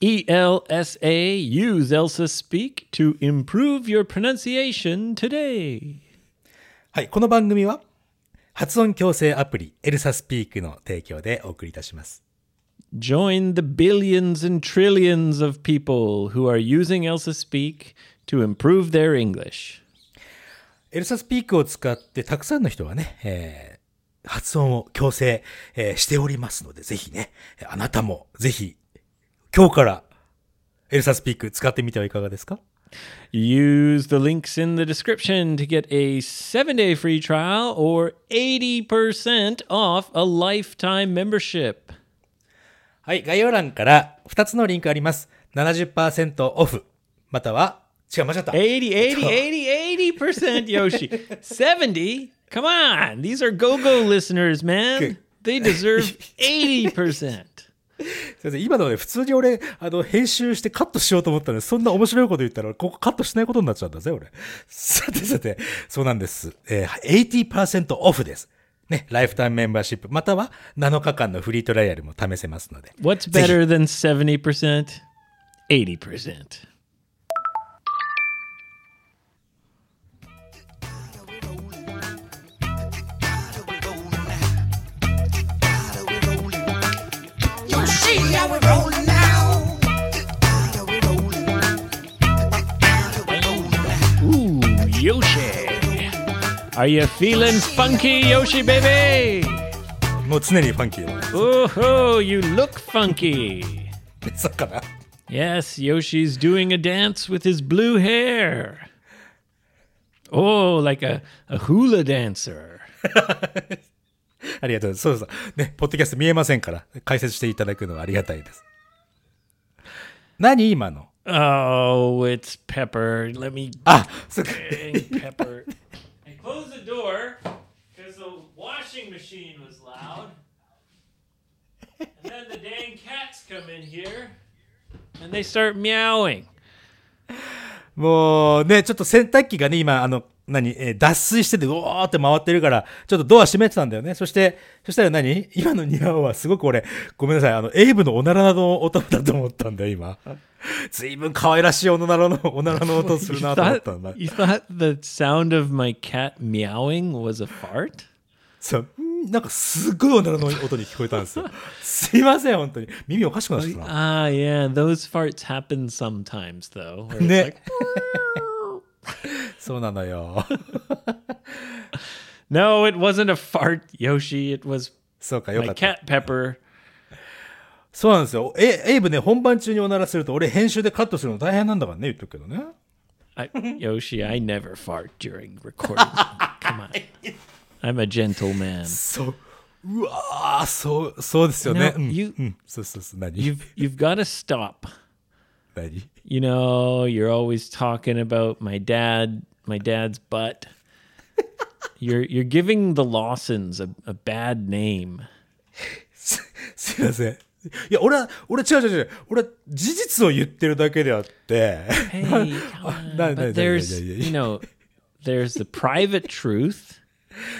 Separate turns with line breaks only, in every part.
E ELSA use Elsa Speak to improve your pronunciation today.
はい、この番組は発音矯正アプリエルサスピークの提供でお送りいたします。
Join the billions and trillions of people who are using Elsa Speak to improve their English.
エルサスピークを使ってたくさんの人がね、えー発音を矯正、えーしておりますので、ぜひね、あなたもぜひ今日からエルサスピーク使ってみてはいかがですか
Use the links in the description to get a 7-day free trial or 80% off a lifetime membership.
はい、概要欄から2つのリンクあります。70%オフ、または、違う、間違った。
80, 80, 80, 80% Yoshi. 70? Come on. These are go go listeners, man. They deserve 80%.
先生、今のね、普通に俺、あの、編集してカットしようと思ったのに、そんな面白いこと言ったら、ここカットしないことになっちゃうんだぜ、俺。さてさて、そうなんです。えー、80%オフです。ね、ライフタイムメンバーシップ、または7日間のフリートライアルも試せますので。
What's better than 70%? 80%. Ooh, Yoshi. Are you feeling funky, Yoshi baby?
もう常にファンキーだ。
Ooh, hoo, you look funky.
そうかな。
Yes, Yoshi's doing a dance with his blue hair. Oh, like a, a hula dancer.
ありがとうそうそう。ね、ポッドキャスト見えませんから、解説していただくのはありがたいです。何今の
Oh, it's Pepper. Let me
あ、そうか。
bang Pepper. I closed the door because the washing machine was loud. And then the dang cats come in here and they start meowing.
もうね、ちょっと洗濯機がね、今、あの、何、えー脱水してて、うおーって回ってるから、ちょっとドア閉めてたんだよね。そして、そしたら何 今の庭はすごく俺、ごめんなさい、あの、エイブのおならの音だと思ったんだよ、今。ずいぶん可愛らしいおならの、おならの音する
You
なと 思ったん
thought,
だ。
you thought the sound of my cat meowing was a fart?
そう、んなんかすごいおならの音に聞こえたんですよ。すいません、本当に。耳おかしくなっちゃったな。
Ah, yeah, those farts happen sometimes, though. where it's
ね
like,。
そうなのよ。
no, it wasn't a fart, Yoshi. It was
そうか、よ
my
かった。
cat Pepper.
そうなんですよ。え、エイブね、本番中におならすると、俺編集でカットするの大変なんだからね、言っとくけどね。
I, Yoshi, I never fart during recording. Come on. I'm a gentleman.
そう。うわー、そう、そうですよね。
Now,
うん
you-
うん。そうそうそう。何
You've you've got to stop.
何
You know, you're always talking about my dad, my dad's butt. You're you're giving the Lawsons a, a bad name.
すすいません。いや、俺は、俺違う違う違う。俺は事実を言ってるだけ であって。
Hey, come on.
no, no, no,
but there's
no, no, no.
you know, there's the private truth,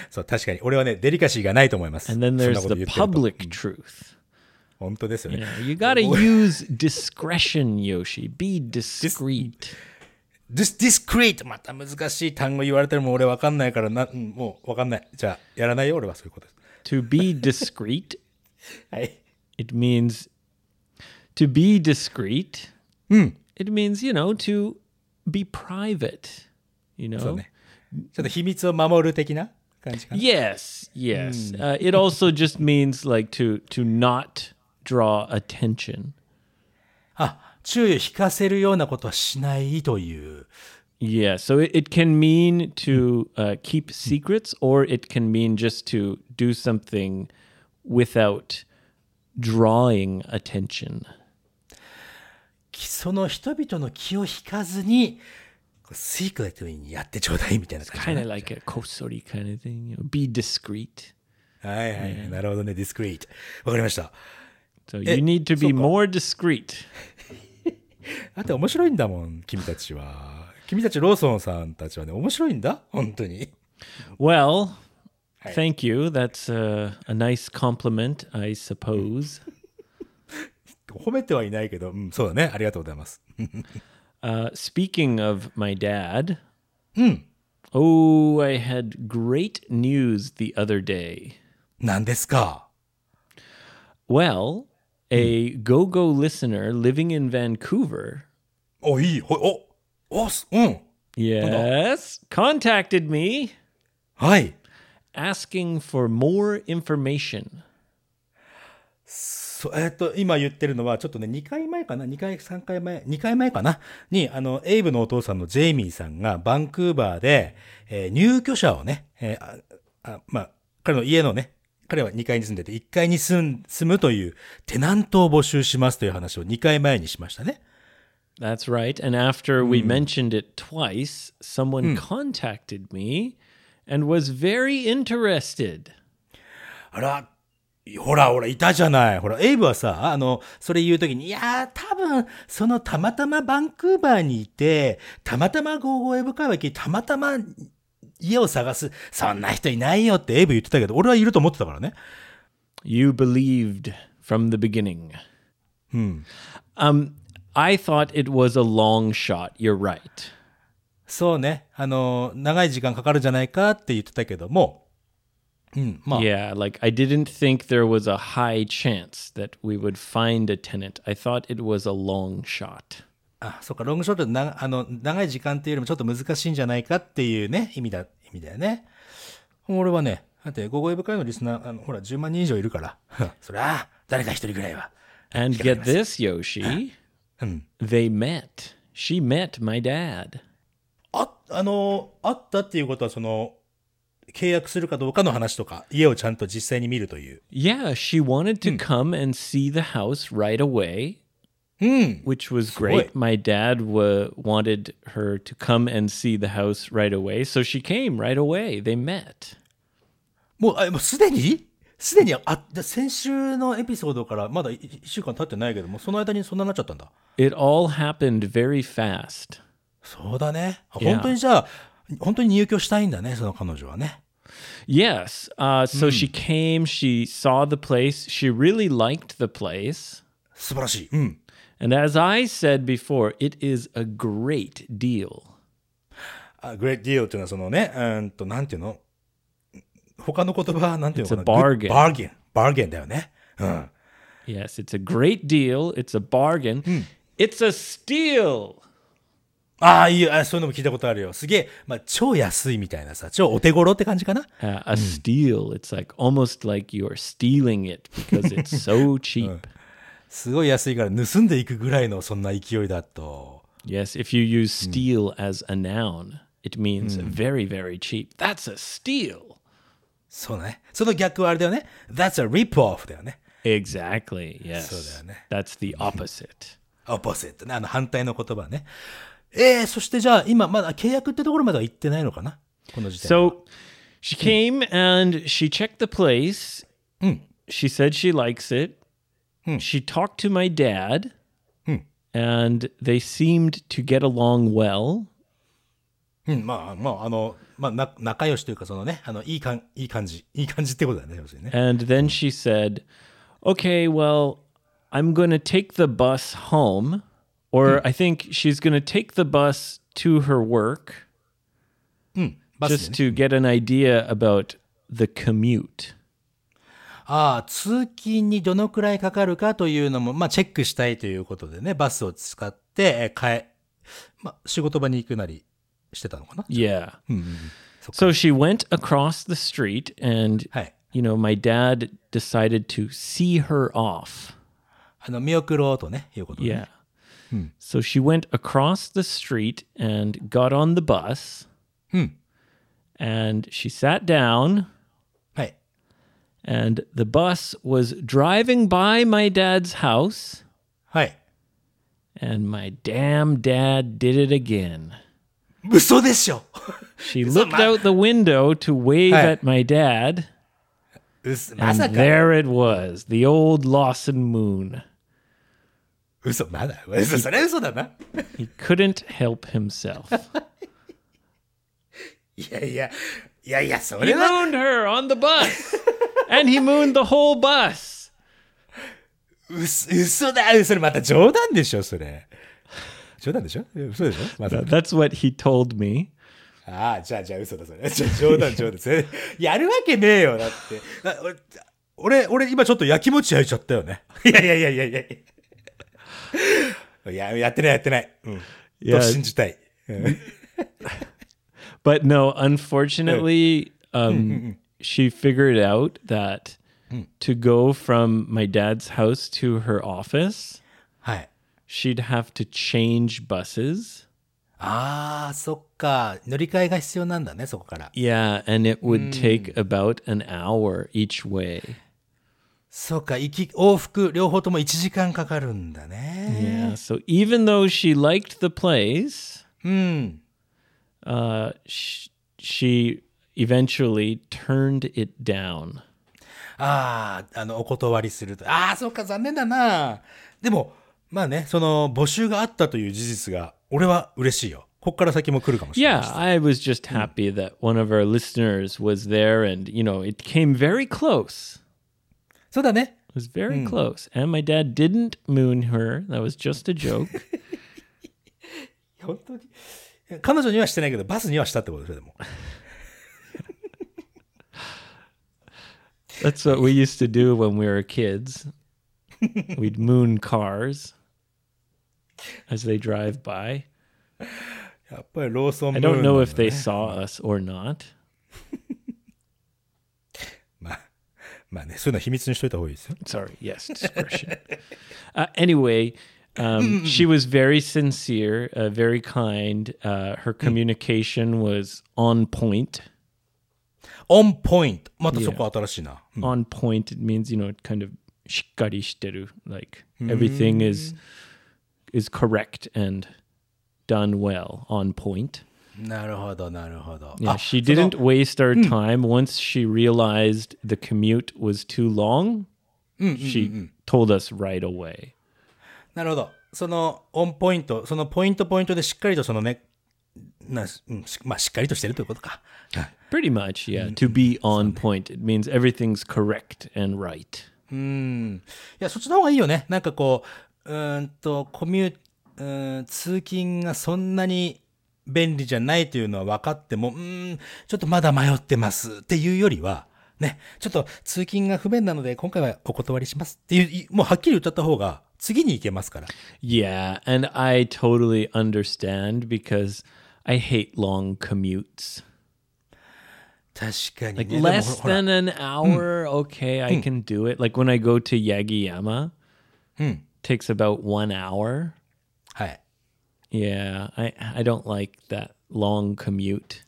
そう、確かに。俺はね、デリカシーがないと思います。
and then there's
そんなこと言
the
ってると
public truth.
本当ですよ
You
ね
know, you gotta use discretion, Yoshi. Be discreet.
This discreet! また難しい単語言われてるもん俺わかんないからな、うん、もうわかんない。じゃあ、やらないよ、俺はそういうことです。
to be discreet,
はい。
it means to be discreet. It means you know to be private. You know.
ね。ちょっと秘密を守る的な感じかな。
Yes, yes. Uh, it also just means like to to not draw attention.
あ、注意を引かせるようなことはしないという。
Yeah, so it, it can mean to uh, keep secrets, or it can mean just to do something without drawing attention.
その人々の気を引かずに、スイクレットにやってちょうだいみたいな感
Kind
じ。
of like a kosori kind of thing. You know, be discreet.
はいはい。なるほどね、ディスクリート。わかりました。
So you need to be more discreet.
だって面白いんだもん、君たちは。君たちローソンさんたちはね、面白いんだ本当に。
Well, uh, thank you. That's a, a nice compliment, I suppose.
褒めてはいないけど、うん、そうだね。ありがとうございます。
Uh, speaking of my dad,
うん。
oh, I had great news the other day.
何ですか
Well, a go go listener living in Vancouver,
お、いい。ほお、お、すうん。
yes, contacted me
はい。
asking for more information.
そえっと、今言ってるのは、ちょっとね、2回前かな ?2 回、3回前、2回前かなに、あの、エイブのお父さんのジェイミーさんが、バンクーバーで、えー入居者をね、えーああまあ、彼の家のね、彼は2階に住んでて、1階に住ん住むという、テナントを募集しますという話を2回前にしましたね。
That's right. And after we mentioned it twice, someone contacted me and was very interested.
あら、ほらほら、いたじゃない。ほら、エイブはさ、あの、それ言うときに、いやー、多分、そのたまたまバンクーバーにいて、たまたまゴーゴーエイブ会話聞いてたまたま家を探す、そんな人いないよってエイブ言ってたけど、俺はいると思ってたからね。
You believed from the beginning. Hmm. Um, I thought it was a long shot. You're right.
そうね、あの、長い時間かかるんじゃないかって言ってたけども、うん、まあ、
Yeah, like I didn't think there was a high chance that we would find a tenant. I thought it was a long shot.
あ、そっか、ロングショットな、あの、長い時間っていうよりもちょっと難しいんじゃないかっていうね、意味だ、意味だよね。俺はね、だって、ゴゴエブ会のリスナー、あの、ほら、10万人以上いるから、そりゃあ、誰か一人ぐらいは。
And get this, Yoshi. Hmm. They met. She met my dad.
あ、あの、あったっていうことは、その、契約するかどうかの話とか、家をちゃんと実際に見るという。
Yeah, she wanted to come and see the house right away,
うん。
which was great. My dad wa wanted her to come and see the house right away, so she came right away. They met.
もう、あもうすでにすでに、あ、じゃあ先週のエピソードから、まだ1週間経ってないけども、その間にそんなになっちゃったんだ。
It all happened very fast.
そうだね。あ
いや
本当にじゃあ、本当に入居したいんだね、その彼女はね。
Yes. Uh, so she came, she saw the place, she really liked the place.
素晴らしい。うん。
And as I said before, it is a great deal.
あ、グレートディオっていうのはそのね、うーんと、なんていうの他の言葉はなんていうのかな
It's a bargain.
バーゲン。バーゲンだよね。うん。
Yes, it's a great deal. It's a bargain. It's a steal.
ああ、いいよあそういうのも聞いたことあるよ。すげえ、まあ、超安いみたいなさ、超お手頃って感じかな
Uh, a steal. It's like almost like you're stealing it because it's so cheap.
すごい安いから盗んでいくぐらいのそんな勢いだと。
Yes, if you use steal as a noun, it means very, very cheap. That's a steal.
そうだね。その逆はあれだよね。That's a rip-off だよね。
Exactly. Yes.
then.
That's the opposite.
オポセットね。あの反対の言葉ね。ええそしてじゃあ今まだ契約ってところまでは行ってないのかなこの時点で
So she came and she checked the place. She said she likes it. She talked to my dad, and they seemed to get along well.
うん、まあ、まあ、あの、まあ、な仲良しというか、そのね、あの、いいかん、いい感じ、いい感じってことだよね、要するにね。
And then she said, Okay, well, I'm going to take the bus home, or I think she's going to take the bus to her work
バスで
just to
ね
get an idea about the commute.
ああ、通勤にどのくらいかかるかというのも、まあ、チェックしたいということでね、バスを使って、えー、帰、まあ、仕事場に行くなりしてたのかな
Yeah.
So-
So she went across the street, and,
はい。
you know, my dad decided to see her off.
あの、見送ろうとね、いうことで、ね。
Yeah. So she went across the street and got on the bus. And she sat down,
はい。
and the bus was driving by my dad's house.
はい。
And my damn dad did it again.
嘘でしょ
She looked out the window to wave
Hey.
at my dad,
嘘、ま
and
さか。
there it was, the old Lawson moon.
嘘、まだ。嘘、それは嘘だな。
He couldn't help himself.
いやいや、いやいや、そ
he
れは
mooned her on the bus, and he mooned the whole bus.
うす、嘘だそれまた冗談でしょそれ。冗談でしょ嘘でしょまた
Th- That's what he told me.
ああ、じゃあ、じゃあ、嘘だ、それ。 じゃあ冗談、冗談。それやるわけねえよ、だって。な俺、俺、今ちょっと焼きもち焼いちゃったよね。いやいやいやいやいやいや。いや、やってない、やってない。うん。
Yeah.
と信じたい。うん。
But no, unfortunately, um, she figured out that to go from my dad's house to her office,
はい。
she'd have to change buses.
ああ、そっか。乗り換えが必要なんだね、そこから。
Yeah, and it would take about an hour each way.
そっか、行き、往復、両方とも1時間かかるんだね。
Yeah, so even though she liked the place, Hmm.
うん。
uh, sh- she eventually turned it down.
ああ、あの、お断りすると。ああ、そうか、残念だな。でも、まあね、その、募集があったという事実が、俺は嬉しいよ。こっから先も来るかもしれない
Yeah, I was just happy that one of our listeners was there and, you know, it came very close.
そうだね。
It was very close. And my dad didn't moon her. That was just a joke.
本当に。彼女にはしてないけど、バスにはしたってことでしょ、でも。
That's what we used to do when we were kids. We'd moon cars as they drive by.
やっぱりローソン
I
ムー
don't
ン
know if they saw us or not.
まあ、まあね、そういうのは秘密にしといた方がいいですよ。
Sorry. Yes, discretion. uh, anyway, um, she was very sincere, uh, very kind. Uh, her communication was on point.
オンポイント。またそこ新しいな。うん
On point, it means, you know, it kind of shikkari shiteru. Like everything is is correct and done well, on point.
なるほど、なるほど。
Yeah,
あ
she didn't waste our time. Once she realized the commute was too long, she told us right away.
なるほど。そのオンポイント、そのポイントポイントでしっかりとそのね、なうん、しまあしっかりとしてるということか。
Pretty much, yeah. To be on point, it means everything's correct and right.
うん。いや、そっちの方がいいよね。なんかこう、うーんと、コミュー、うーん、通勤がそんなに便利じゃないというのは分かっても、うーん、ちょっとまだ迷ってますっていうよりは、ね、ちょっと通勤が不便なので今回はお断りしますっていう、いもうはっきり歌った方が次に行けますから。
Yeah, and I totally understand because I hate long commutes.
確かに、ね
Like
でも
less
ほら
than an hour, okay, I can do it. Like when I go to Yagiyama, takes about one hour.
はい。
Yeah, I I don't like that long commute.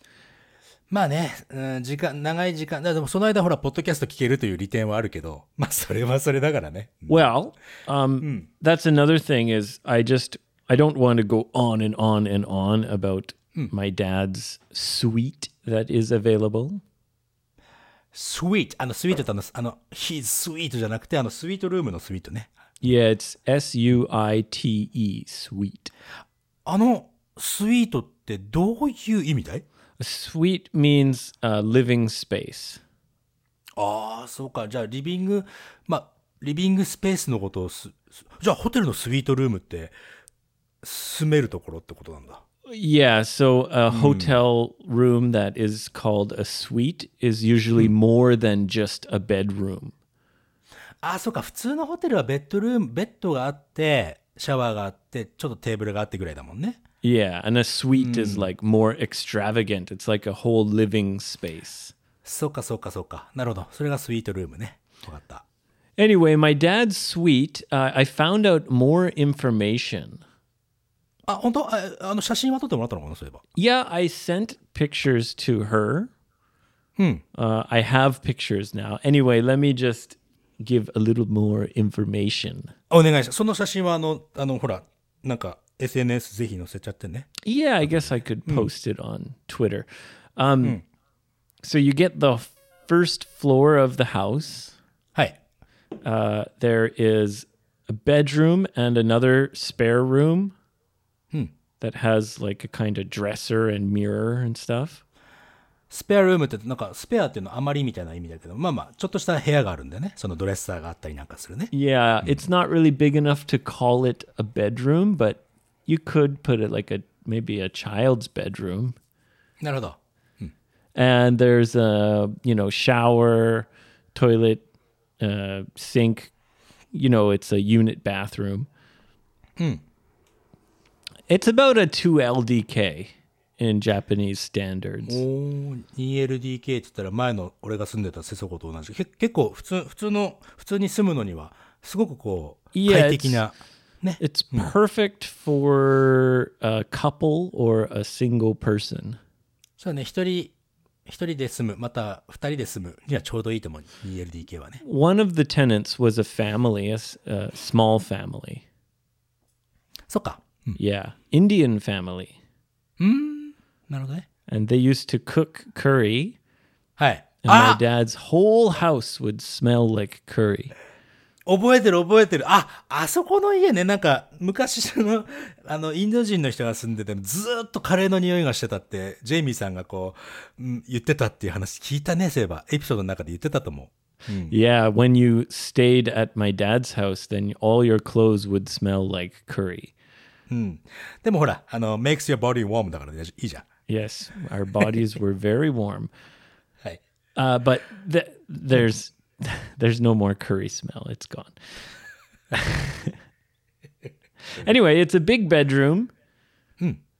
まあね、うん、時間、長い時間、だでもその間ほら、ポッドキャスト聞けるという利点はあるけど、まあそれはそれだからね。
Well, um, that's another thing is I just I don't want to go on and on and on about my dad's suite that is available.
sweet, あの、スイートってあの、あの、his sweet じゃなくて、あの、スイートルームのスイートね。
Yeah, it's S U I T E suite.
あの、スイートってどういう意味だい
A suite means uh, living space.
ああ、そうか。じゃあ、リビング、まあ、リビングスペースのことをす、すじゃあ、ホテルのスイートルームって、住めるところってことなんだ。
Yeah, so a hotel room that is called a suite is usually more than just a bedroom.
ああ、そうか。普通のホテルはベッドルーム、ベッドがあって、シャワーがあって、ちょっとテーブルがあってぐらいだもんね。
Yeah, and a suite is like more extravagant. It's like a whole living space.
そうか、そうか、そうか。なるほど。それがスイートルームね。わかった。
Anyway, my dad's suite, uh, I found out more information.
あ、本当ああの、写真は撮ってもらったのかなそういえば。
Yeah, I sent pictures to her. Uh, I have pictures now. Anyway, let me just give a little more information.
お願いします。その写真はあの、あの、ほら、なんか SNS ぜひ載せちゃってね。
Yeah, I guess I could post it on Twitter. Um, So you get the first floor of the house.
はい。
Uh, there is a bedroom and another spare room Hmm. that has like a kind of dresser and mirror and stuff.
スペアルームって、なんか、スペアっていうのは余りみたいな意味だけど、まあまあ、ちょっとした部屋があるんでね、そのドレッサーがあったりなんかするね。
Yeah, it's not really big enough to call it a bedroom, but you could put it like a maybe a child's bedroom.
なるほど。
And there's a, you know, shower, toilet, uh, sink. You know, it's a unit bathroom. It's about a 2 LDK in Japanese standards.
おー 2LDK って言ったら前の俺が住んでた瀬底と同じけ結構普通普通の普通に住むのにはすごくこう
いや
快適な
It's perfect for a couple or a single person.
そうね一人一人で住むまた二人で住むにはちょうどいいと思う 2LDK はね
One of the tenants was a family, a, s- a small family.
そっか
Yeah, Indian family.
なるほどね
And they used to cook curry,
はい
and my
あ
dad's whole house would smell like curry.
覚えてる覚えてるああそこの家ねなんか昔その あのインド人の人が住んでてずーっとカレーの匂いがしてたってジェイミーさんがこう、うん、言ってたっていう話聞いたねそういえばエピソードの中で言ってたと思う
Yeah, when you stayed at my dad's house, then all your clothes would smell like curry.
でもほら、あの、makes your body warm だからいいじゃん。
Yes, our bodies were very warm.
はい。
Uh, but th- there's there's no more curry smell. It's gone. anyway, it's a big bedroom,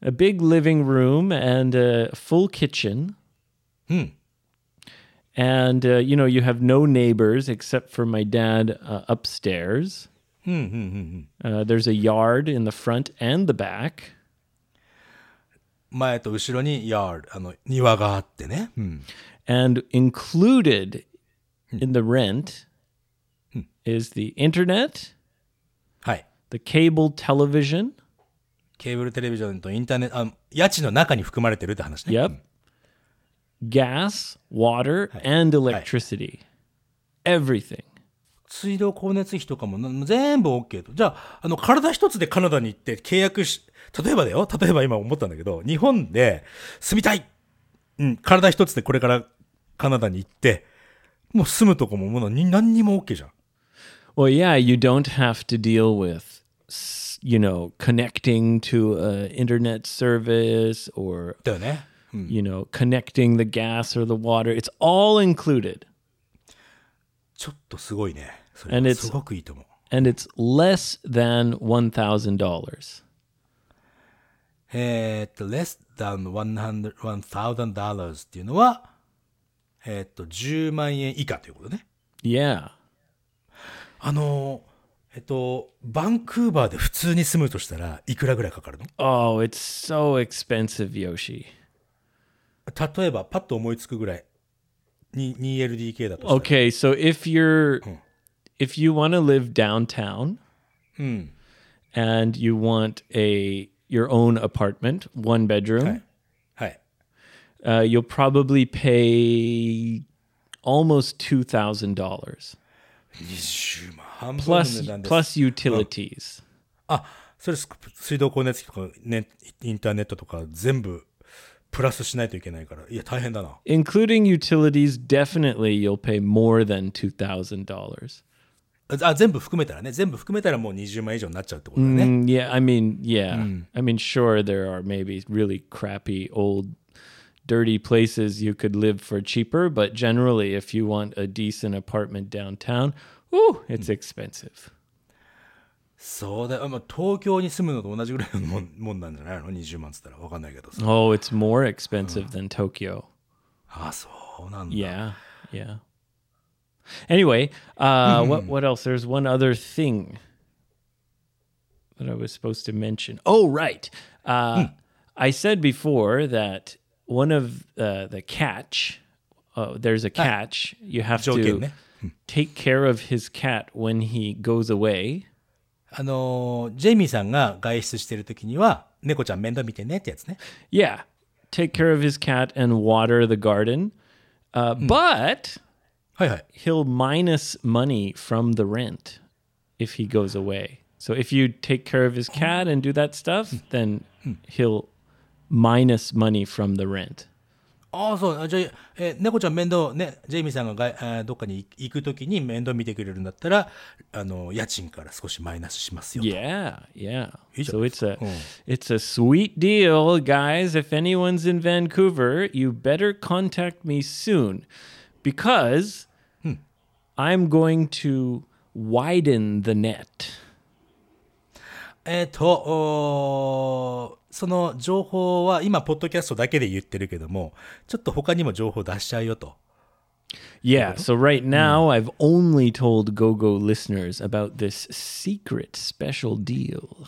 a big living room, and a full kitchen. And uh, you know, you have no neighbors except for my dad uh, upstairs. Uh, there's a yard in the front and the back.
前と後ろに yard、あの、庭があってね。うん。
And included in the rent is the internet,
はい。
the cable television.
ケーブルテレビジョンとインターネット、あ家賃の中に含まれてるって話ね。
Yep. Gas, water, and electricity. Everything.
水道光熱費とかもな全部 OK と。じゃあ、あの、体一つでカナダに行って契約し、例えばだよ。例えば今思ったんだけど、日本で住みたいうん、体一つでこれからカナダに行って、もう住むとこももう何何にも OK じゃん。
Well, yeah, you don't have to deal with s- you know connecting to a internet service or
だよね。
you know connecting the gas or the water. It's all included
ちょっとすごいね。それ
And
は
it's-
すごくいいと思う。
and it's less than $1,000.
えーっと、less than 100 $1,000 っていうのは、えーっと、10万円以下ということね。
Yeah.
あのー、えっと、バンクーバーで普通に住むとしたらいくらぐらいかかるの
Oh, it's so expensive, Yoshi.
例えば、パッと思いつくぐらい。に 2LDK だとしたら。
Okay, so if you're if you want to live downtown and you want a your own apartment, one bedroom,
はい。
uh, you'll probably pay almost two thousand dollars
20万。半分の
plus
値段です。
plus utilities.
あ、それす水道光熱費とか、ね、インターネットとか全部プラスしないといけないから。いや、大変だな。
Including utilities, definitely you'll pay more than two thousand dollars.
あ、全部含めたらね。全部含めたらもう20万以上になっちゃうってことだね。
Mm, yeah, I mean, yeah. I mean, sure, there are maybe really crappy, old, dirty places you could live for cheaper, but generally, if you want a decent apartment downtown, ooh, it's expensive.
そうだよ。まあ、東京に住むのと同じぐらいのもんもんなんじゃないの ?20 万っつったら分かんないけどさ。
Oh, it's more expensive than Tokyo.
あ、そうなんだ。
Yeah, yeah. Anyway, uh, what what else? There's one other thing that I was supposed to mention. Oh, right. Uh, I said before that one of uh, the catch. Oh, there's a catch. You have
Joking, eh?
to take care of his cat when he goes away.
あのージェイミーさんが外出してる時には、猫ちゃん面倒見てねってやつね。
Yeah, take care of his cat and water the garden. Uh, But.
はいはい。
he'll minus money from the rent if he goes away. So if you take care of his cat Hmm. and do that stuff, then he'll minus money from the rent.
あああ、そう。あじゃあ、えー猫ちゃん面倒、ね、ジェイミーさんがが、えーどっかに行くときに面倒見てくれるんだったら、あの、家賃から少しマイナスしますよ。
Yeah, yeah.
He's
So
a-
it's a it's a sweet deal, guys. If anyone's in Vancouver, you better contact me soon because I'm going to widen the net.
えっ、と、おーその情報は今、ポッドキャストだけで言ってるけども、ちょっと他にも情報出しちゃうよと。
Yeah, so right now I've only told GoGo listeners about this secret special deal.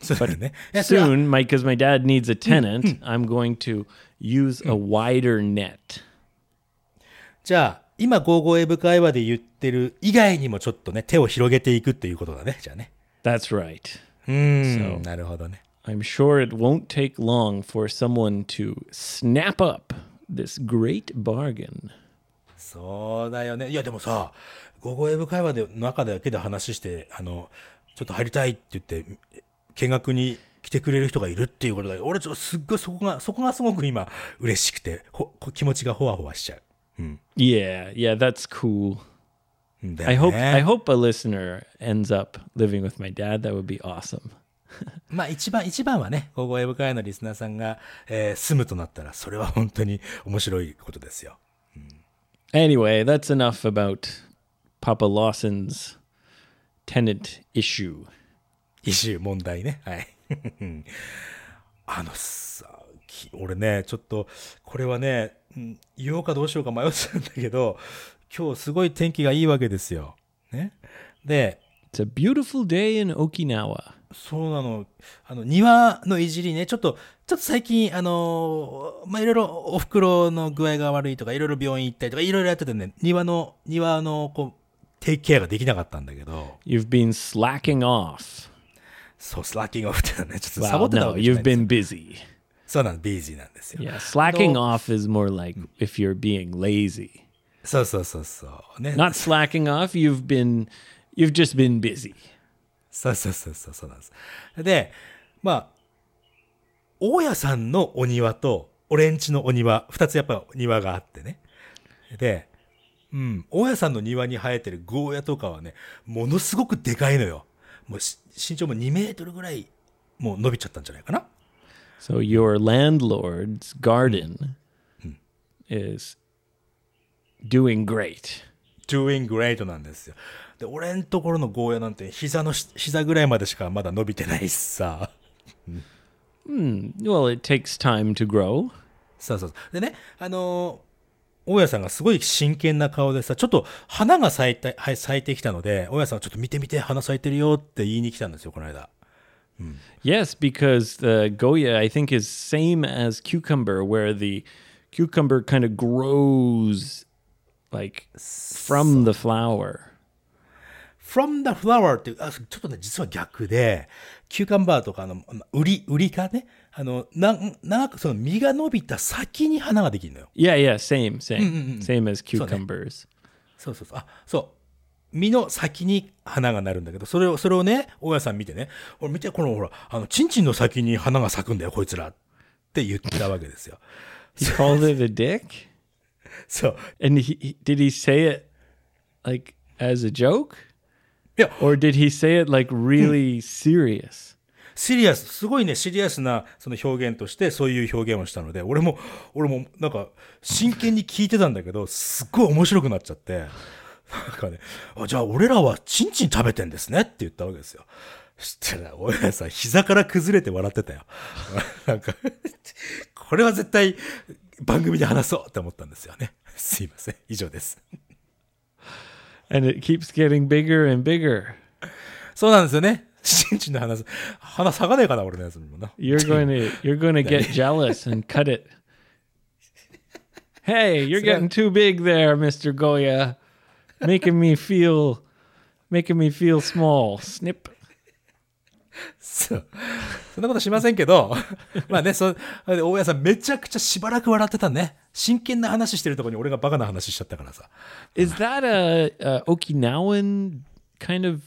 そうだね。いやそれは
Soon, my because my dad needs a tenant, I'm going to use a wider net.
じゃあ、今、ゴーゴーエブ会話で言ってる以外にもちょっとね、手を広げていくっていうことだね。じゃあね。
That's right.
うーん。なるほどね。
I'm sure it won't take long for someone to snap up this great bargain.
そうだよね。いや、でもさ、ゴーゴーエブ会話で中だけで話して、あの、ちょっと入りたいって言って、見学に来てくれる人がいるっていうことだけど、俺、ちょっとすっごいそこが、そこがすごく今、嬉しくて、ほこ気持ちがほわほわしちゃう。
Yeah, yeah, that's cool.
うんだよ
I
ね
hope I hope a listener ends up living with my dad. That would be awesome.
まあ一番、一番はね、ゴーゴーエブ会話のリスナーさんが、えー住むとなったら、それは本当に面白いことですよ。
Anyway, that's enough about Papa Lawson's tenant issue.
異臭問題ね。はい。 あのさ、き俺ね、ちょっと、これはね、うん言おうかどうしようか迷ってたんだけど、今日すごい天気がいいわけですよ。ね。で、
It's a beautiful day in Okinawa.
そうなの、あの、庭のいじりね、ちょっと、ちょっと最近、あのーまあ、いろいろお袋の具合が悪いとか、いろいろ病院行ったりとか、いろいろやっててね、庭の、庭の、こう、テイクケアができなかったんだけど、
You've been slacking off.
そう、スラッキングオフってのはね、ちょっとサボ
Well,
ってたわ
no,
けじゃな
you've
いんですよ
been busy.
そうなの、ビージーなんですよ。
Yeah, slacking off is more like if you're being lazy.
そうそうそうそう。ね。
not slacking off. You've been, you've just been busy.
そうそうそうそうそうなんです。で、まあ、大家さんのお庭と、俺んちのお庭、二つやっぱ庭があってね。で、うん、大家さんの庭に生えてるゴーヤとかはね、ものすごくでかいのよ。もうし身長も2メートルぐらい、もう伸びちゃったんじゃないかな。
So your landlord's garden is doing great.
doing great なんですよ。で、俺んところのゴーヤなんて膝のし、膝ぐらいまでしかまだ伸びてないしさ。
Well, it takes time to grow.
そうそうそう。でね、あのー大家さんがすごい真剣な顔でさ、ちょっと花が咲いた、はい、咲いてきたので、大家さんはちょっと見て見て、花咲いてるよって言いに来たんですよ、この間。
Yes, because the goya I think is same as cucumber, where the cucumber kind of grows like from the flower.
from the flower っていう、あ、ちょっとね、実は逆で、キューカンバーとかあの、売り、売りかね、あの、な、長くその実が伸びた先に花ができるのよ。
Yeah, yeah, same, same, same as cucumbers.
そうそうそう。あ、そう。実の先に花がなるんだけど、それを、それをね、大家さん見てね、俺見て、このほら、あの、ちんちんの先に花が咲くんだよ、こいつら。って言ったわけですよ。
He called it a dick.
そう。
And he, he- did he say it like as a joke?
Yeah.
Or did he say it like really serious?
シリアス、すごいね、シリアスなその表現として、そういう表現をしたので、俺も、俺も、なんか、真剣に聞いてたんだけど、すっごい面白くなっちゃって、なんかね、あじゃあ俺らはチンチン食べてんですねって言ったわけですよ。そしたら、親父さん、膝から崩れて笑ってたよ。 なんか、これは絶対、番組で話そうって思ったんですよね。すいません。以上です。
And it keeps getting bigger and bigger.
そうなんですよね。チンチンの話、話下がねえかな、俺のやつもな。
You're going to you're going to get jealous and cut it. Hey, you're getting too big there, Mr. Goya. Making me feel making me feel small. Snip.
そうそんなことしませんけど、 まあね、そで大家さんめちゃくちゃしばらく笑ってたね。真剣な話してるとこに俺がバカな話しちゃったからさ。
Is that a, a Okinawan kind of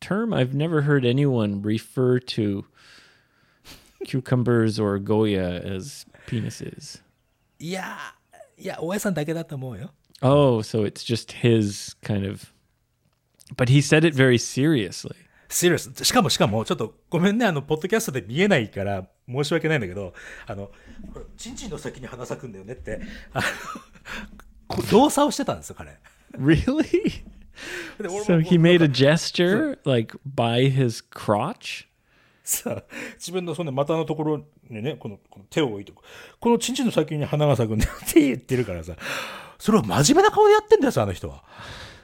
term? I've never heard anyone refer to cucumbers or goya as penises.
いやー、いや、大家さんだけだと思うよ。
Oh, so it's just his kind of. But he said it very seriously.
serious しかもしかも、ちょっとごめんね、あの、ポッドキャストで見えないから申し訳ないんだけど、あの、ほらチンチンの先に花咲くんだよねって、あの、こ動作をしてたんですよ、彼。
Really?
で俺も
So he made a gesture like by his crotch?
さ自分のその股のところにねこのこの手を置いてこのチンチンの先に花が咲くんだよって言ってるからさそれを真面目な顔でやってんだよさあの人は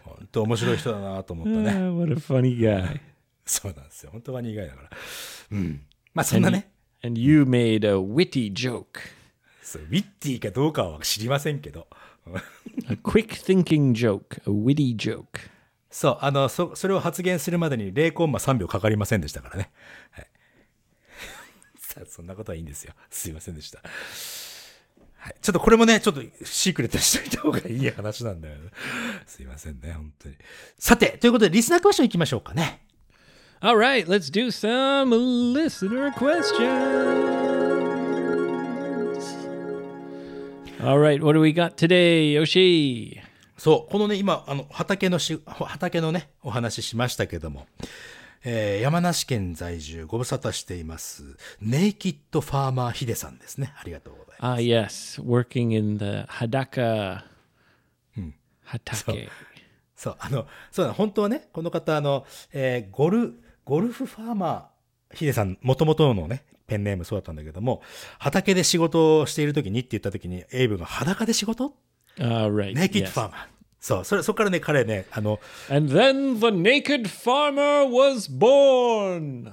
本当面白い人だなと思ったね
Ah, what a funny guy.
そうなんですよ本当は苦いだからうんまあそんなね
And you made a witty joke,
そうウィッティかどうかは知りませんけど
a quick thinking joke, a witty joke.
そうあのそそれを発言するまでに0コンマ3秒かかりませんでしたからね、 はい、さあそんなことはいいんですよすいませんでしたはい、ちょっとこれもね、ちょっとシークレットにしといた方がいい話なんだよ、ね。すいませんね、本当に。さて、ということで、リスナークエスチョンいきましょうかね。
All right, let's do some listener questions. All right, what do we got today, Yoshi?
そう、このね、今、あの、畑のし、畑のね、お話ししましたけども、えー山梨県在住、ご無沙汰しています、ネイキッドファーマーヒデさんですね。ありがとうございます。
Ah, yes, working in the Hadaka. Hmm. Hatake.
そう、あの、そうだ、本当はね、この方、あの、えーゴル、ゴルフファーマー、ヒデさん、もともとのね、ペンネームそうだったんだけども、畑で仕事をしている時にって言った時に、エイブが裸で仕事
All right.
ネイキッド
yes.
ファーマー。そう、それ、そこからね、彼ね、あの、
And then the naked farmer was born.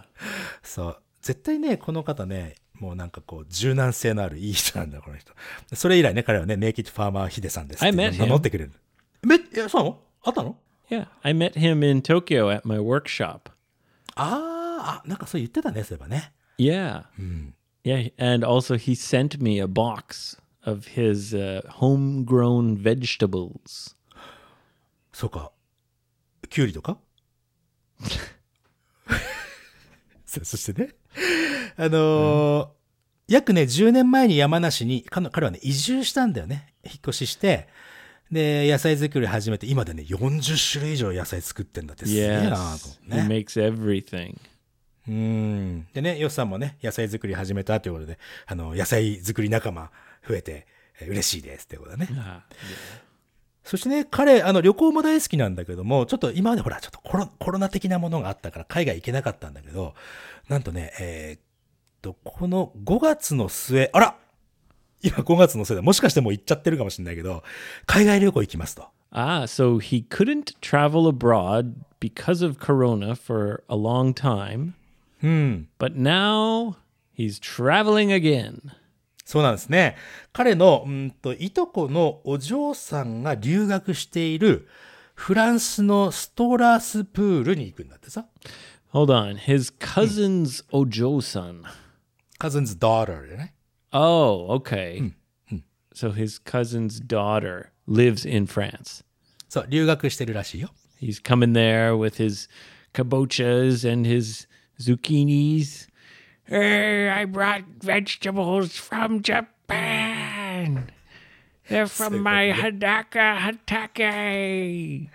そう、絶対ね、この方ね、もうなんかこう、柔軟性のあるいい人なんだ、この人。それ以来ね、彼はね、ネイキッドファーマーヒデさんですって
I met him.
名乗ってくれる。め、え、そうなのあったの
Yeah, I met him in Tokyo at my workshop.
あーあ、なんかそう言ってたね、そういえばね。
Yeah. Yeah, and also he sent me a box of his uh, homegrown vegetables.
そうか。キュウリとかさ あそしてね、あのー約ね、10年前に山梨に、彼の彼はね、移住したんだよね。引っ越しして、で、野菜作り始めて、今でね、40種類以上野菜作ってんだって、すげえなと
Yes,
思
he
うね。
makes everything.
うん。でね、ヨシさんもね、野菜作り始めたということで、あの、野菜作り仲間増えて、え嬉しいですってことだね。
Ah,
そしてね、彼、あの、旅行も大好きなんだけども、ちょっと今までほら、ちょっとコロコロナ的なものがあったから海外行けなかったんだけど、なんとね、えーっと、この5月の末、あら今5月の末だ。もしかしてもう行っちゃってるかもしれないけど、海外旅行行きますと。
ah, so he couldn't travel abroad because of Corona for a long time. Hmm. But now he's traveling again.
そうなんですね。彼の、うんと、いとこのお嬢さんが留学しているフランスのストラスプールに行くんだってさ。
Hold on, his cousin's Ojo-san.
カズンズ・ダーターでね。
Oh, okay. So his cousin's daughter lives in France.
そう、留学してるらしいよ。
He's coming there with his kabochas and his zucchinis. Hey, I brought vegetables from Japan. They're from my Hadaka Hatake.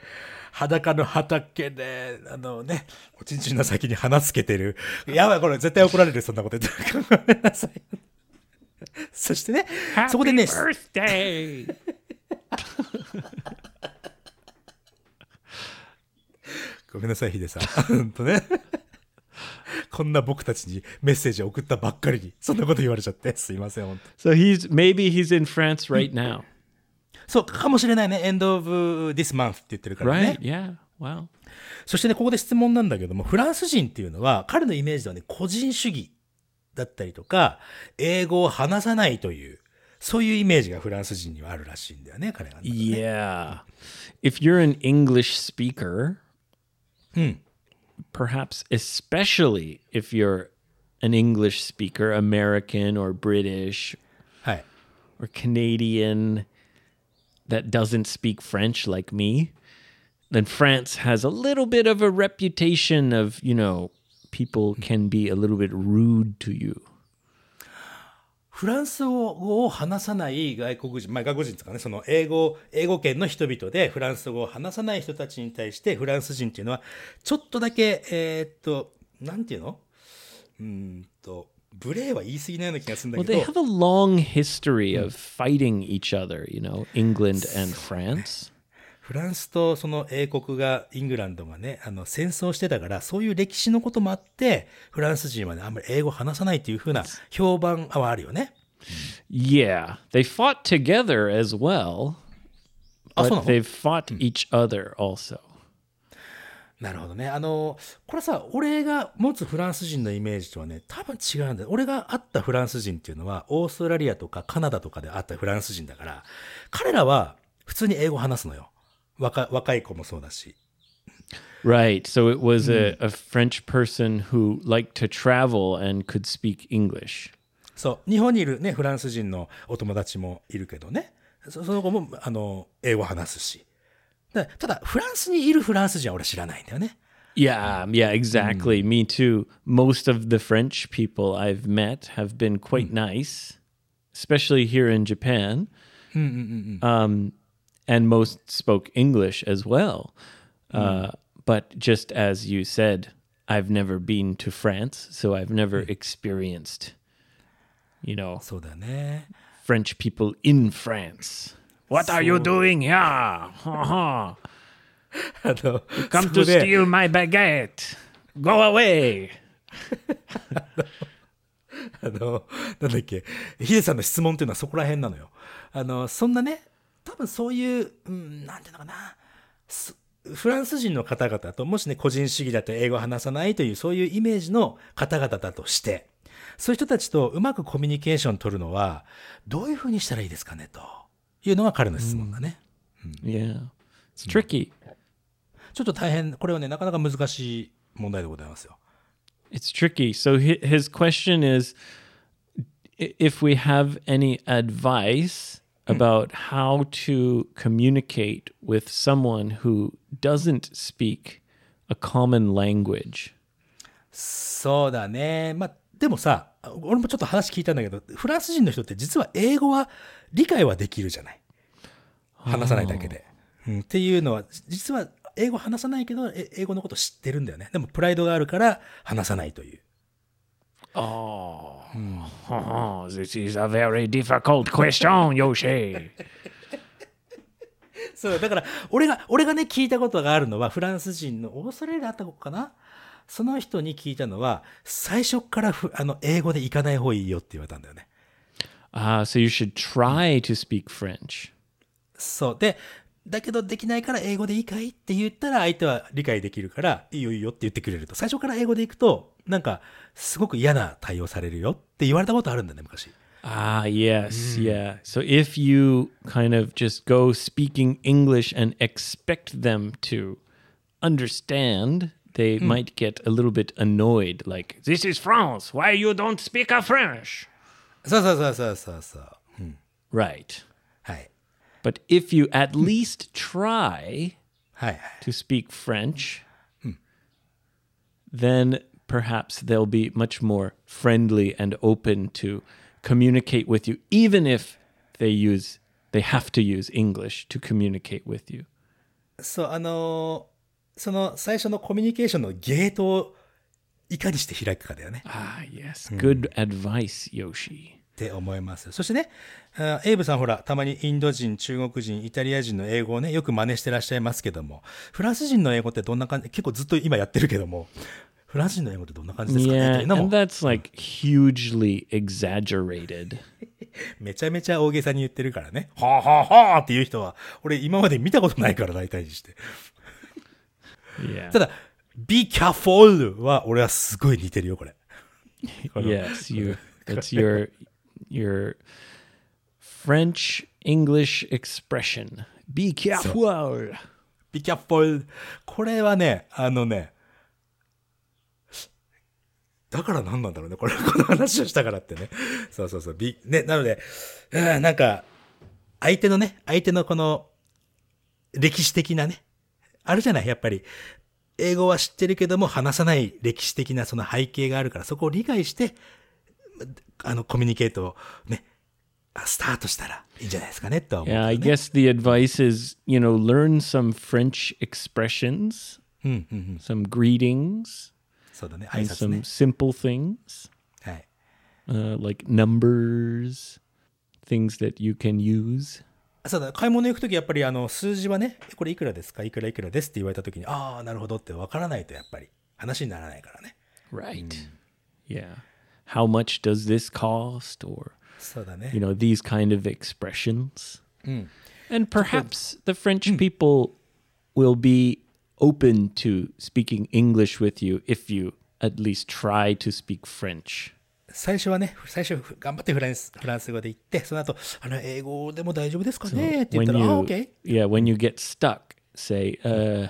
裸の畑で、あのね、おちんちんの先に鼻つけてる。 やばい、これ絶対怒られる、そんなこと言ったら。ごめんなさい。 そしてね、そこでね、
birthday.
ごめんなさい、ヒデさん。ほんとね。こんな僕たちにメッセージを送ったばっかりに、そんなこと言われちゃって、すいません、本当
so he's maybe he's in France right now.
そう、かもしれないね。End of this month って言ってるからね。
Right? Yeah. Wow.
そしてね、ここで質問なんだけども、フランス人っていうのは、彼のイメージではね、個人主義だったりとか、英語を話さないという、そういうイメージがフランス人にはあるらしいんだよね、彼が。
Yeah. If you're an English speaker, perhaps especially if you're an English speaker, American or British
はい。
or Canadian that doesn't speak French like me, then France has a little bit of a reputation of, you know, people can be a little bit rude to you.
フランス語を話さない外国人、まあ、外国人ですかね、その英語、英語圏の人々で、フランス語を話さない人たちに対して、フランス人っていうのは、ちょっとだけ、えーっと、なんていうのうーんと、無礼は言い過ぎないような気がするんだ
Well,
けど、
they have a long history of fighting each other, you know, England and France.
フランスとその英国が、イングランドがね、あの戦争してたから、そういう歴史のこともあって、フランス人はね、あんまり英語話さないっていうふうな評判はあるよね。
Yeah, they fought together as well,
あ、そう
but
なの
they've fought each other also.
なるほどね。あの、これさ、俺が持つフランス人のイメージとはね、多分違うんだよ。俺が会ったフランス人っていうのは、オーストラリアとかカナダとかで会ったフランス人だから、彼らは普通に英語話すのよ。若若い子もそうだし。
Right. So it was a, a French person who liked to travel and could speak English.
そう。日本にいるね、フランス人のお友達もいるけどね。そその子も、あの、英語話すし。だただ、フランスにいるフランス人は俺知らないんだよね。
Yeah, yeah, exactly. Me too. Most of the French people I've met have been quite nice, especially here in Japan. Um, and most spoke English as well. Uh, but just as you said, I've never been to France, so I've never experienced, you know,
そうだね。
French people in France. What are you doing here? Ha-ha.
あの、
Come
そ
to
うで
steal my baguette. Go away.
あの、なんだっけ、ヒデさんの質問っていうのはそこら辺なのよ。あの、そんなね、多分そういう、うん、なんていうのかな、すフランス人の方々と、もしね、個人主義だと英語を話さないという、そういうイメージの方々だとして、そういう人たちとうまくコミュニケーション取るのは、どういうふうにしたらいいですかね、というのが彼の質問だね。
Yeah. It's tricky.
ちょっと大変、これはね、なかなか難しい問題でございますよ。
It's tricky. So hi- his question is i- if we have any advice about how to communicate with someone who doesn't speak a common language.
そうだね。まあ、でもさ、俺もちょっと話聞いたんだけど、フランス人の人って実は英語は理解はできるじゃない。話さないだけで。うん、っていうのは、実は英語話さないけど、え英語のこと知ってるんだよね。でもプライドがあるから話さないという。
Oh, this is a very difficult question, Yoshi.
そう、だから、俺が、俺がね、聞いたことがあるのは、フランス人のオーストラリアだった子かなその人に聞いたのは、最初からふあの英語で行かない方がいいよって言われたんだよね。
Ah, so you should try to speak French.
そう。で、だけどできないから英語でいいかいって言ったら相手は理解できるから、いいよいいよって言ってくれると。最初から英語で行くと、なんか、すごく嫌な対応されるよって言われたことあるんだね、昔。
Ah, yes, yeah. So if you kind of just go speaking English and expect them to understand, they might get a little bit annoyed. Like,
This is France. Why you don't speak a Frensh?
そうそうそうそうそうそう。
right.
はい。
But if you at least try
はいはい。
to speak French, then perhaps they'll be much more friendly and open to communicate with you, even if they use they have to use English to communicate with you.
そう、あのーその最初のコミュニケーションのゲートをいかにして開くかだよね。っ
Ah, yes. Good advice, Yoshi.
て思います。そしてね、あーエイブさんほら、たまにインド人、中国人、イタリア人の英語をね、よく真似してらっしゃいますけども、フランス人の英語ってどんな感じ、結構ずっと今やってるけども、フランス人の英語ってどんな感じですかね
Yeah,
というの
and
も、
that's like hugely exaggerated.
めちゃめちゃ大げさに言ってるからね、はあはあはあっていう人は、俺今まで見たことないから大体にして。
Yeah.
ただ、be careful は俺はすごい似てるよ、これ。
yes, you. That's your your French English expression. Be careful.
be careful これはね、あのね、だから何なんだろうね。これ、 この話をしたからってね。そうそうそう。び、ね、なので、うんなんか、相手のね、相手のこの、歴史的なね、あるじゃない、やっぱり。英語は知ってるけども、話さない歴史的なその背景があるから、そこを理解して、あの、コミュニケートをね、あスタートしたらいいんじゃないですかね、とは思う。
Yeah, I guess the advice is, you know, learn some French expressions, some greetings,
そうだね、挨
and
拶ね
some。simple things
はい。
uh, like numbers, things that you can use.
そうだ、買い物行くときやっぱりあの、数字はね、えこれいくらですかいくらいくらですって言われたときに、ああ、なるほどってわからないとやっぱり話にならないからね。
Right. Hmm. Yeah. How much does this cost? Or,
そうだね
you。know, these kind of expressions. And perhaps the French people will be open to speaking English with you if you at least try to speak French.
最初はね、最初頑張ってフランスフランス語で行って、その後、あの、英語でも大丈夫ですかねって言ったら、ああ、OK。
yeah,
Eh,
when you get stuck, say, uh,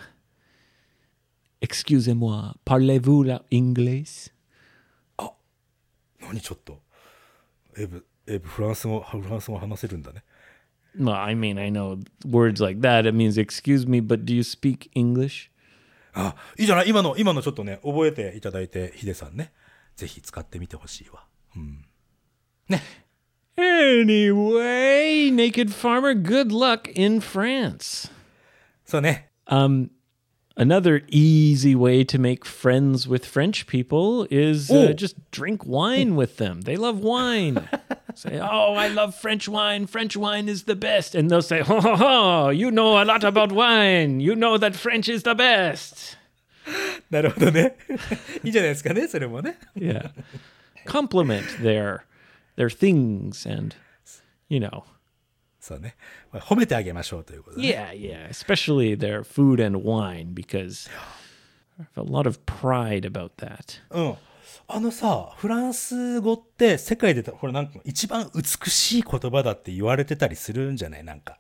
excusez-moi, parlez-vous la anglais?
何ちょっと。エブ、エブ、フランス語、フランス語話せるんだね。
Well, I mean, I know words like that. It means, excuse me, but do you speak English?
あ、いいじゃない今の、今のちょっとね、覚えていただいて、ヒデさんね、ぜひ使ってみてほしいわ。
Anyway, naked farmer, good luck in France.
そうね。
Um, another easy way to make friends with French people is uh,
Oh.
just drink wine with them. They love wine. say, oh, I love French wine. French wine is the best. And they'll say, "Oh, ho, ho, ho, you know a lot about wine. You know that French is the best.
なるほど ね。いいじゃないですかね、それもね。
Yeah. Compliment their, their things and, you know,
そうね。まあ褒めてあげましょうということで、ね。
Yeah, yeah. Especially their food and wine because I have a lot of pride about that.
うん。あのさ、フランス語って世界でた、ほらなんか一番美しい言葉だって言われてたりするんじゃないなんか。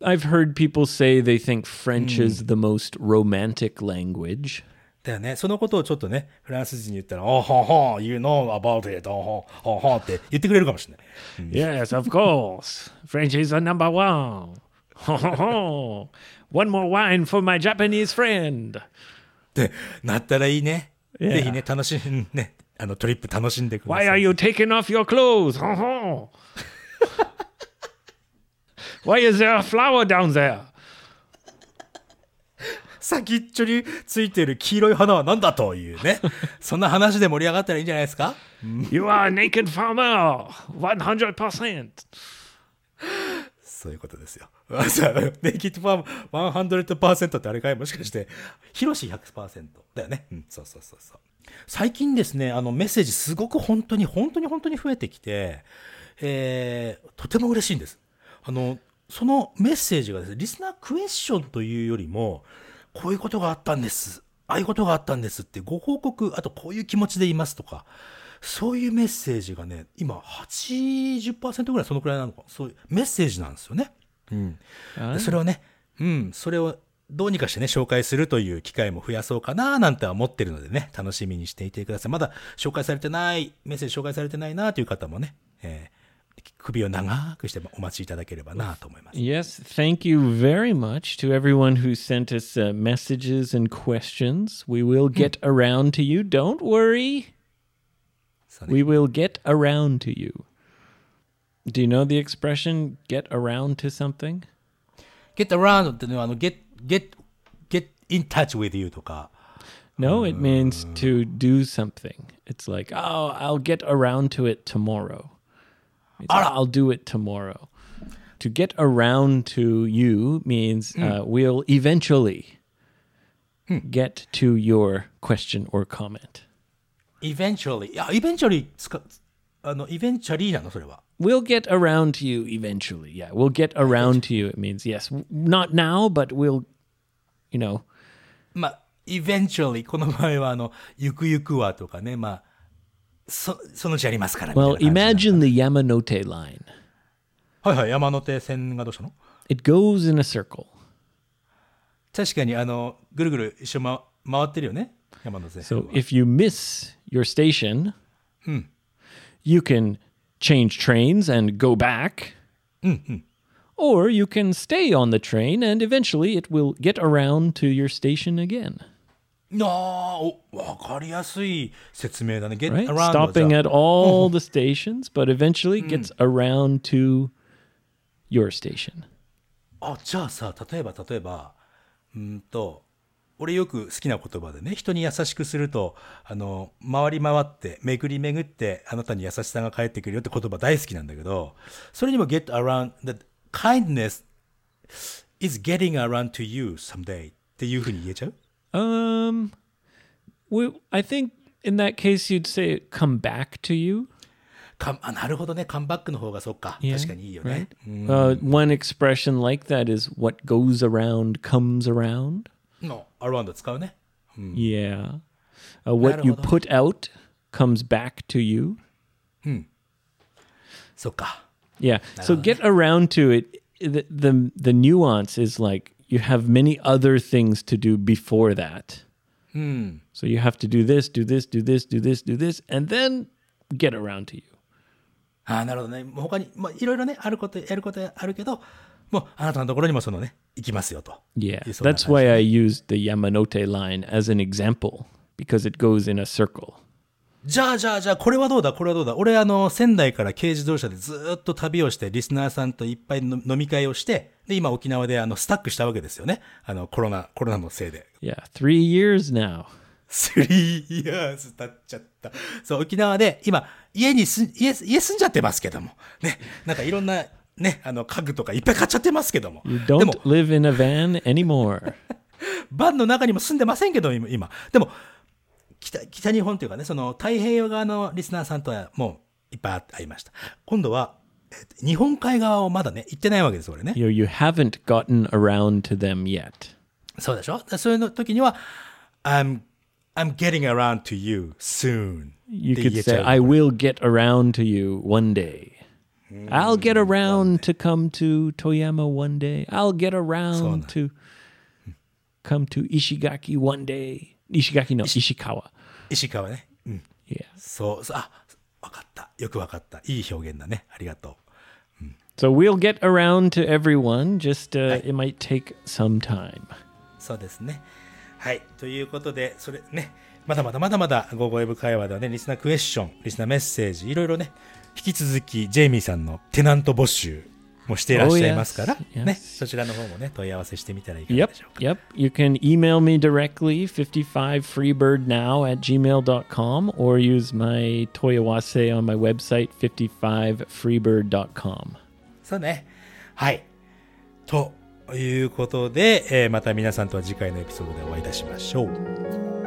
I've heard people say they think
Hmm.
French is the most romantic language.
だよね。そのことをちょっとね、フランス人に言ったら、おほほ、you know about it, おほほほって言ってくれるかもしれない。
Yes, of course. French is the number one. Ho, ho, ho. One more wine for my Japanese friend.
で、なったらいいね。ぜひね、楽しん、ね、あのトリップ楽しんでくださ
Why are
い。
you taking off your clothes? Ho, ho. Why is there a flower down there?
先っちょについてる黄色い花は何だというね。そんな話で盛り上がったらいいんじゃないですか
You are a naked farmer. 100%.
そういうことですよ。 あさネイキッドファーム100%ってあれかいもしかして、ヒロシ100%だよね。うん、そうそうそうそう。最近ですね、あのメッセージすごく本当に本当に本当に増えてきて、えー、とても嬉しいんです。あの、そのメッセージがですね、リスナークエスチョンというよりも、こういうことがあったんです。ああいうことがあったんですってご報告、あとこういう気持ちでいますとか、そういうメッセージがね、今80%ぐらいそのくらいなのか、そういうメッセージなんですよね。うん。でそれをね、うん、それをどうにかしてね、紹介するという機会も増やそうかななんては思ってるのでね、楽しみにしていてください。まだ紹介されてない、メッセージ紹介されてないなという方もね、えー首を長くしてお待ちいただければなと思います。
Yes, thank you very much to everyone who sent us uh, messages and questions. We will get around to you. Don't worry.
Sorry.
We will get around to you. Do you know the expression get around to something?
get around っていうのは、あの、get, get, get in touch with you とか、
No, it means to do something. It's like, oh, I'll get around to it tomorrow. It's, I'll do it tomorrow. To get around to you means uh, we'll eventually get to your question or comment.
eventually, いや、eventually 使う、あの、eventually なのそれは。
We'll get around to you eventually. Yeah, we'll get around to you. It means, yes, w- not now, but we'll, you know,
まあ、eventually この場合は、あの、ゆくゆくはとかね、まあ、そ、そのうちやりますからみたい
well,
な感じな。
imagine the Yamanote line.
はいはい、山手線がどうしたの
It goes in a circle.
確かに、あの、ぐるぐる一緒、ま、回ってるよね。山手線
So
は。
if you miss your station, you can change trains and go back.
Mm-hmm.
Or you can stay on the train and eventually it will get around to your station again.
なあ、おわかりやすい説明だね。Get
right?
around. はじゃあ
Stopping at all the stations, but eventually gets around to your station.
あ、じゃあさ、例えば例えば、うーんと、俺よく好きな言葉でね、人に優しくすると、あの、回り回って、巡り巡って、あなたに優しさが返ってくるよって言葉大好きなんだけど、それにも get around, that kindness is getting around to you someday っていうふうに言えちゃう
Um, we, I think in that case you'd say it come back to you.
かあなるほどね、カムバックの方がそっか。確かにいいよね。
Right? Uh, one expression like that is what goes around comes around.
の、around 使うね。
Mm. Yeah. Uh, what you
Claro, claro.
put out comes back to you.
そっか。
Yeah. So get around to it. The, the the nuance is like you have many other things to do before that. So you have to do this, do this, do this, do this, do this, and then get around to you.
ああ、なるほどね。もう他に、まあ、いろいろね、あること、やることはあるけど、もう、あなたのところにもそのね、行きますよと。
Yeah.
Yes, on
That's
that
why I used the Yamanote line as an example because it goes in a circle.
じゃあ、じゃあ、じゃあ、これはどうだ、これはどうだ。俺、あの、仙台から軽自動車でずーっと旅をして、リスナーさんといっぱいの飲み会をして、で、今沖縄で、あの、スタックしたわけですよね。あの、コロナ、コロナのせいで。
Yeah, 3 years now.
3 years 経っちゃった。そう、沖縄で、今、家にす、家、家住んじゃってますけども。ね、なんかいろんな、ね、あの、家具とかいっぱい買っちゃってますけども。
You
でも
don't live in a van anymore.
バンの中にも住んでませんけど、今。今でも北、北日本というかね、その太平洋側のリスナーさんとはもういっぱい会いました。今度は、えっと日本海側をまだね、行ってないわけです、俺ね。
you know, you haven't gotten around to them yet.
そうでしょだそういうの時には、I'm, I'm getting around to you soon. っ
You
て
could
言えち
say,
ゃう
I will get around to you one day. I'll get around to come to Toyama one day. I'll get around to come to Ishigaki one day. Ishigaki, no, Ishikawa.
石川ね。うん。
Yeah.
そう、そうあ、わかった。よくわかった。いい表現だね。ありがとう。
So we'll get around to everyone, just uh, it might take some time.
そうですね。はい。ということで、それね、まだまだまだまだ、ゴーゴエブ会話ではね、リスナークエスチョン、リスナーメッセージ、いろいろね、引き続き、ジェイミーさんのテナント募集もしていらっしゃいますから、
Oh, yes,
ね、
yes.
そちらの方もね、問い合わせしてみたらいかが
Yep.
でしょうか。
Yep. You can email me directly, 55freebirdnow at gmail.com, or use my Toyawase on my website, 55freebird.com.
そうね。はい。ということで、えーまた皆さんとは次回のエピソードでお会いいたしましょう。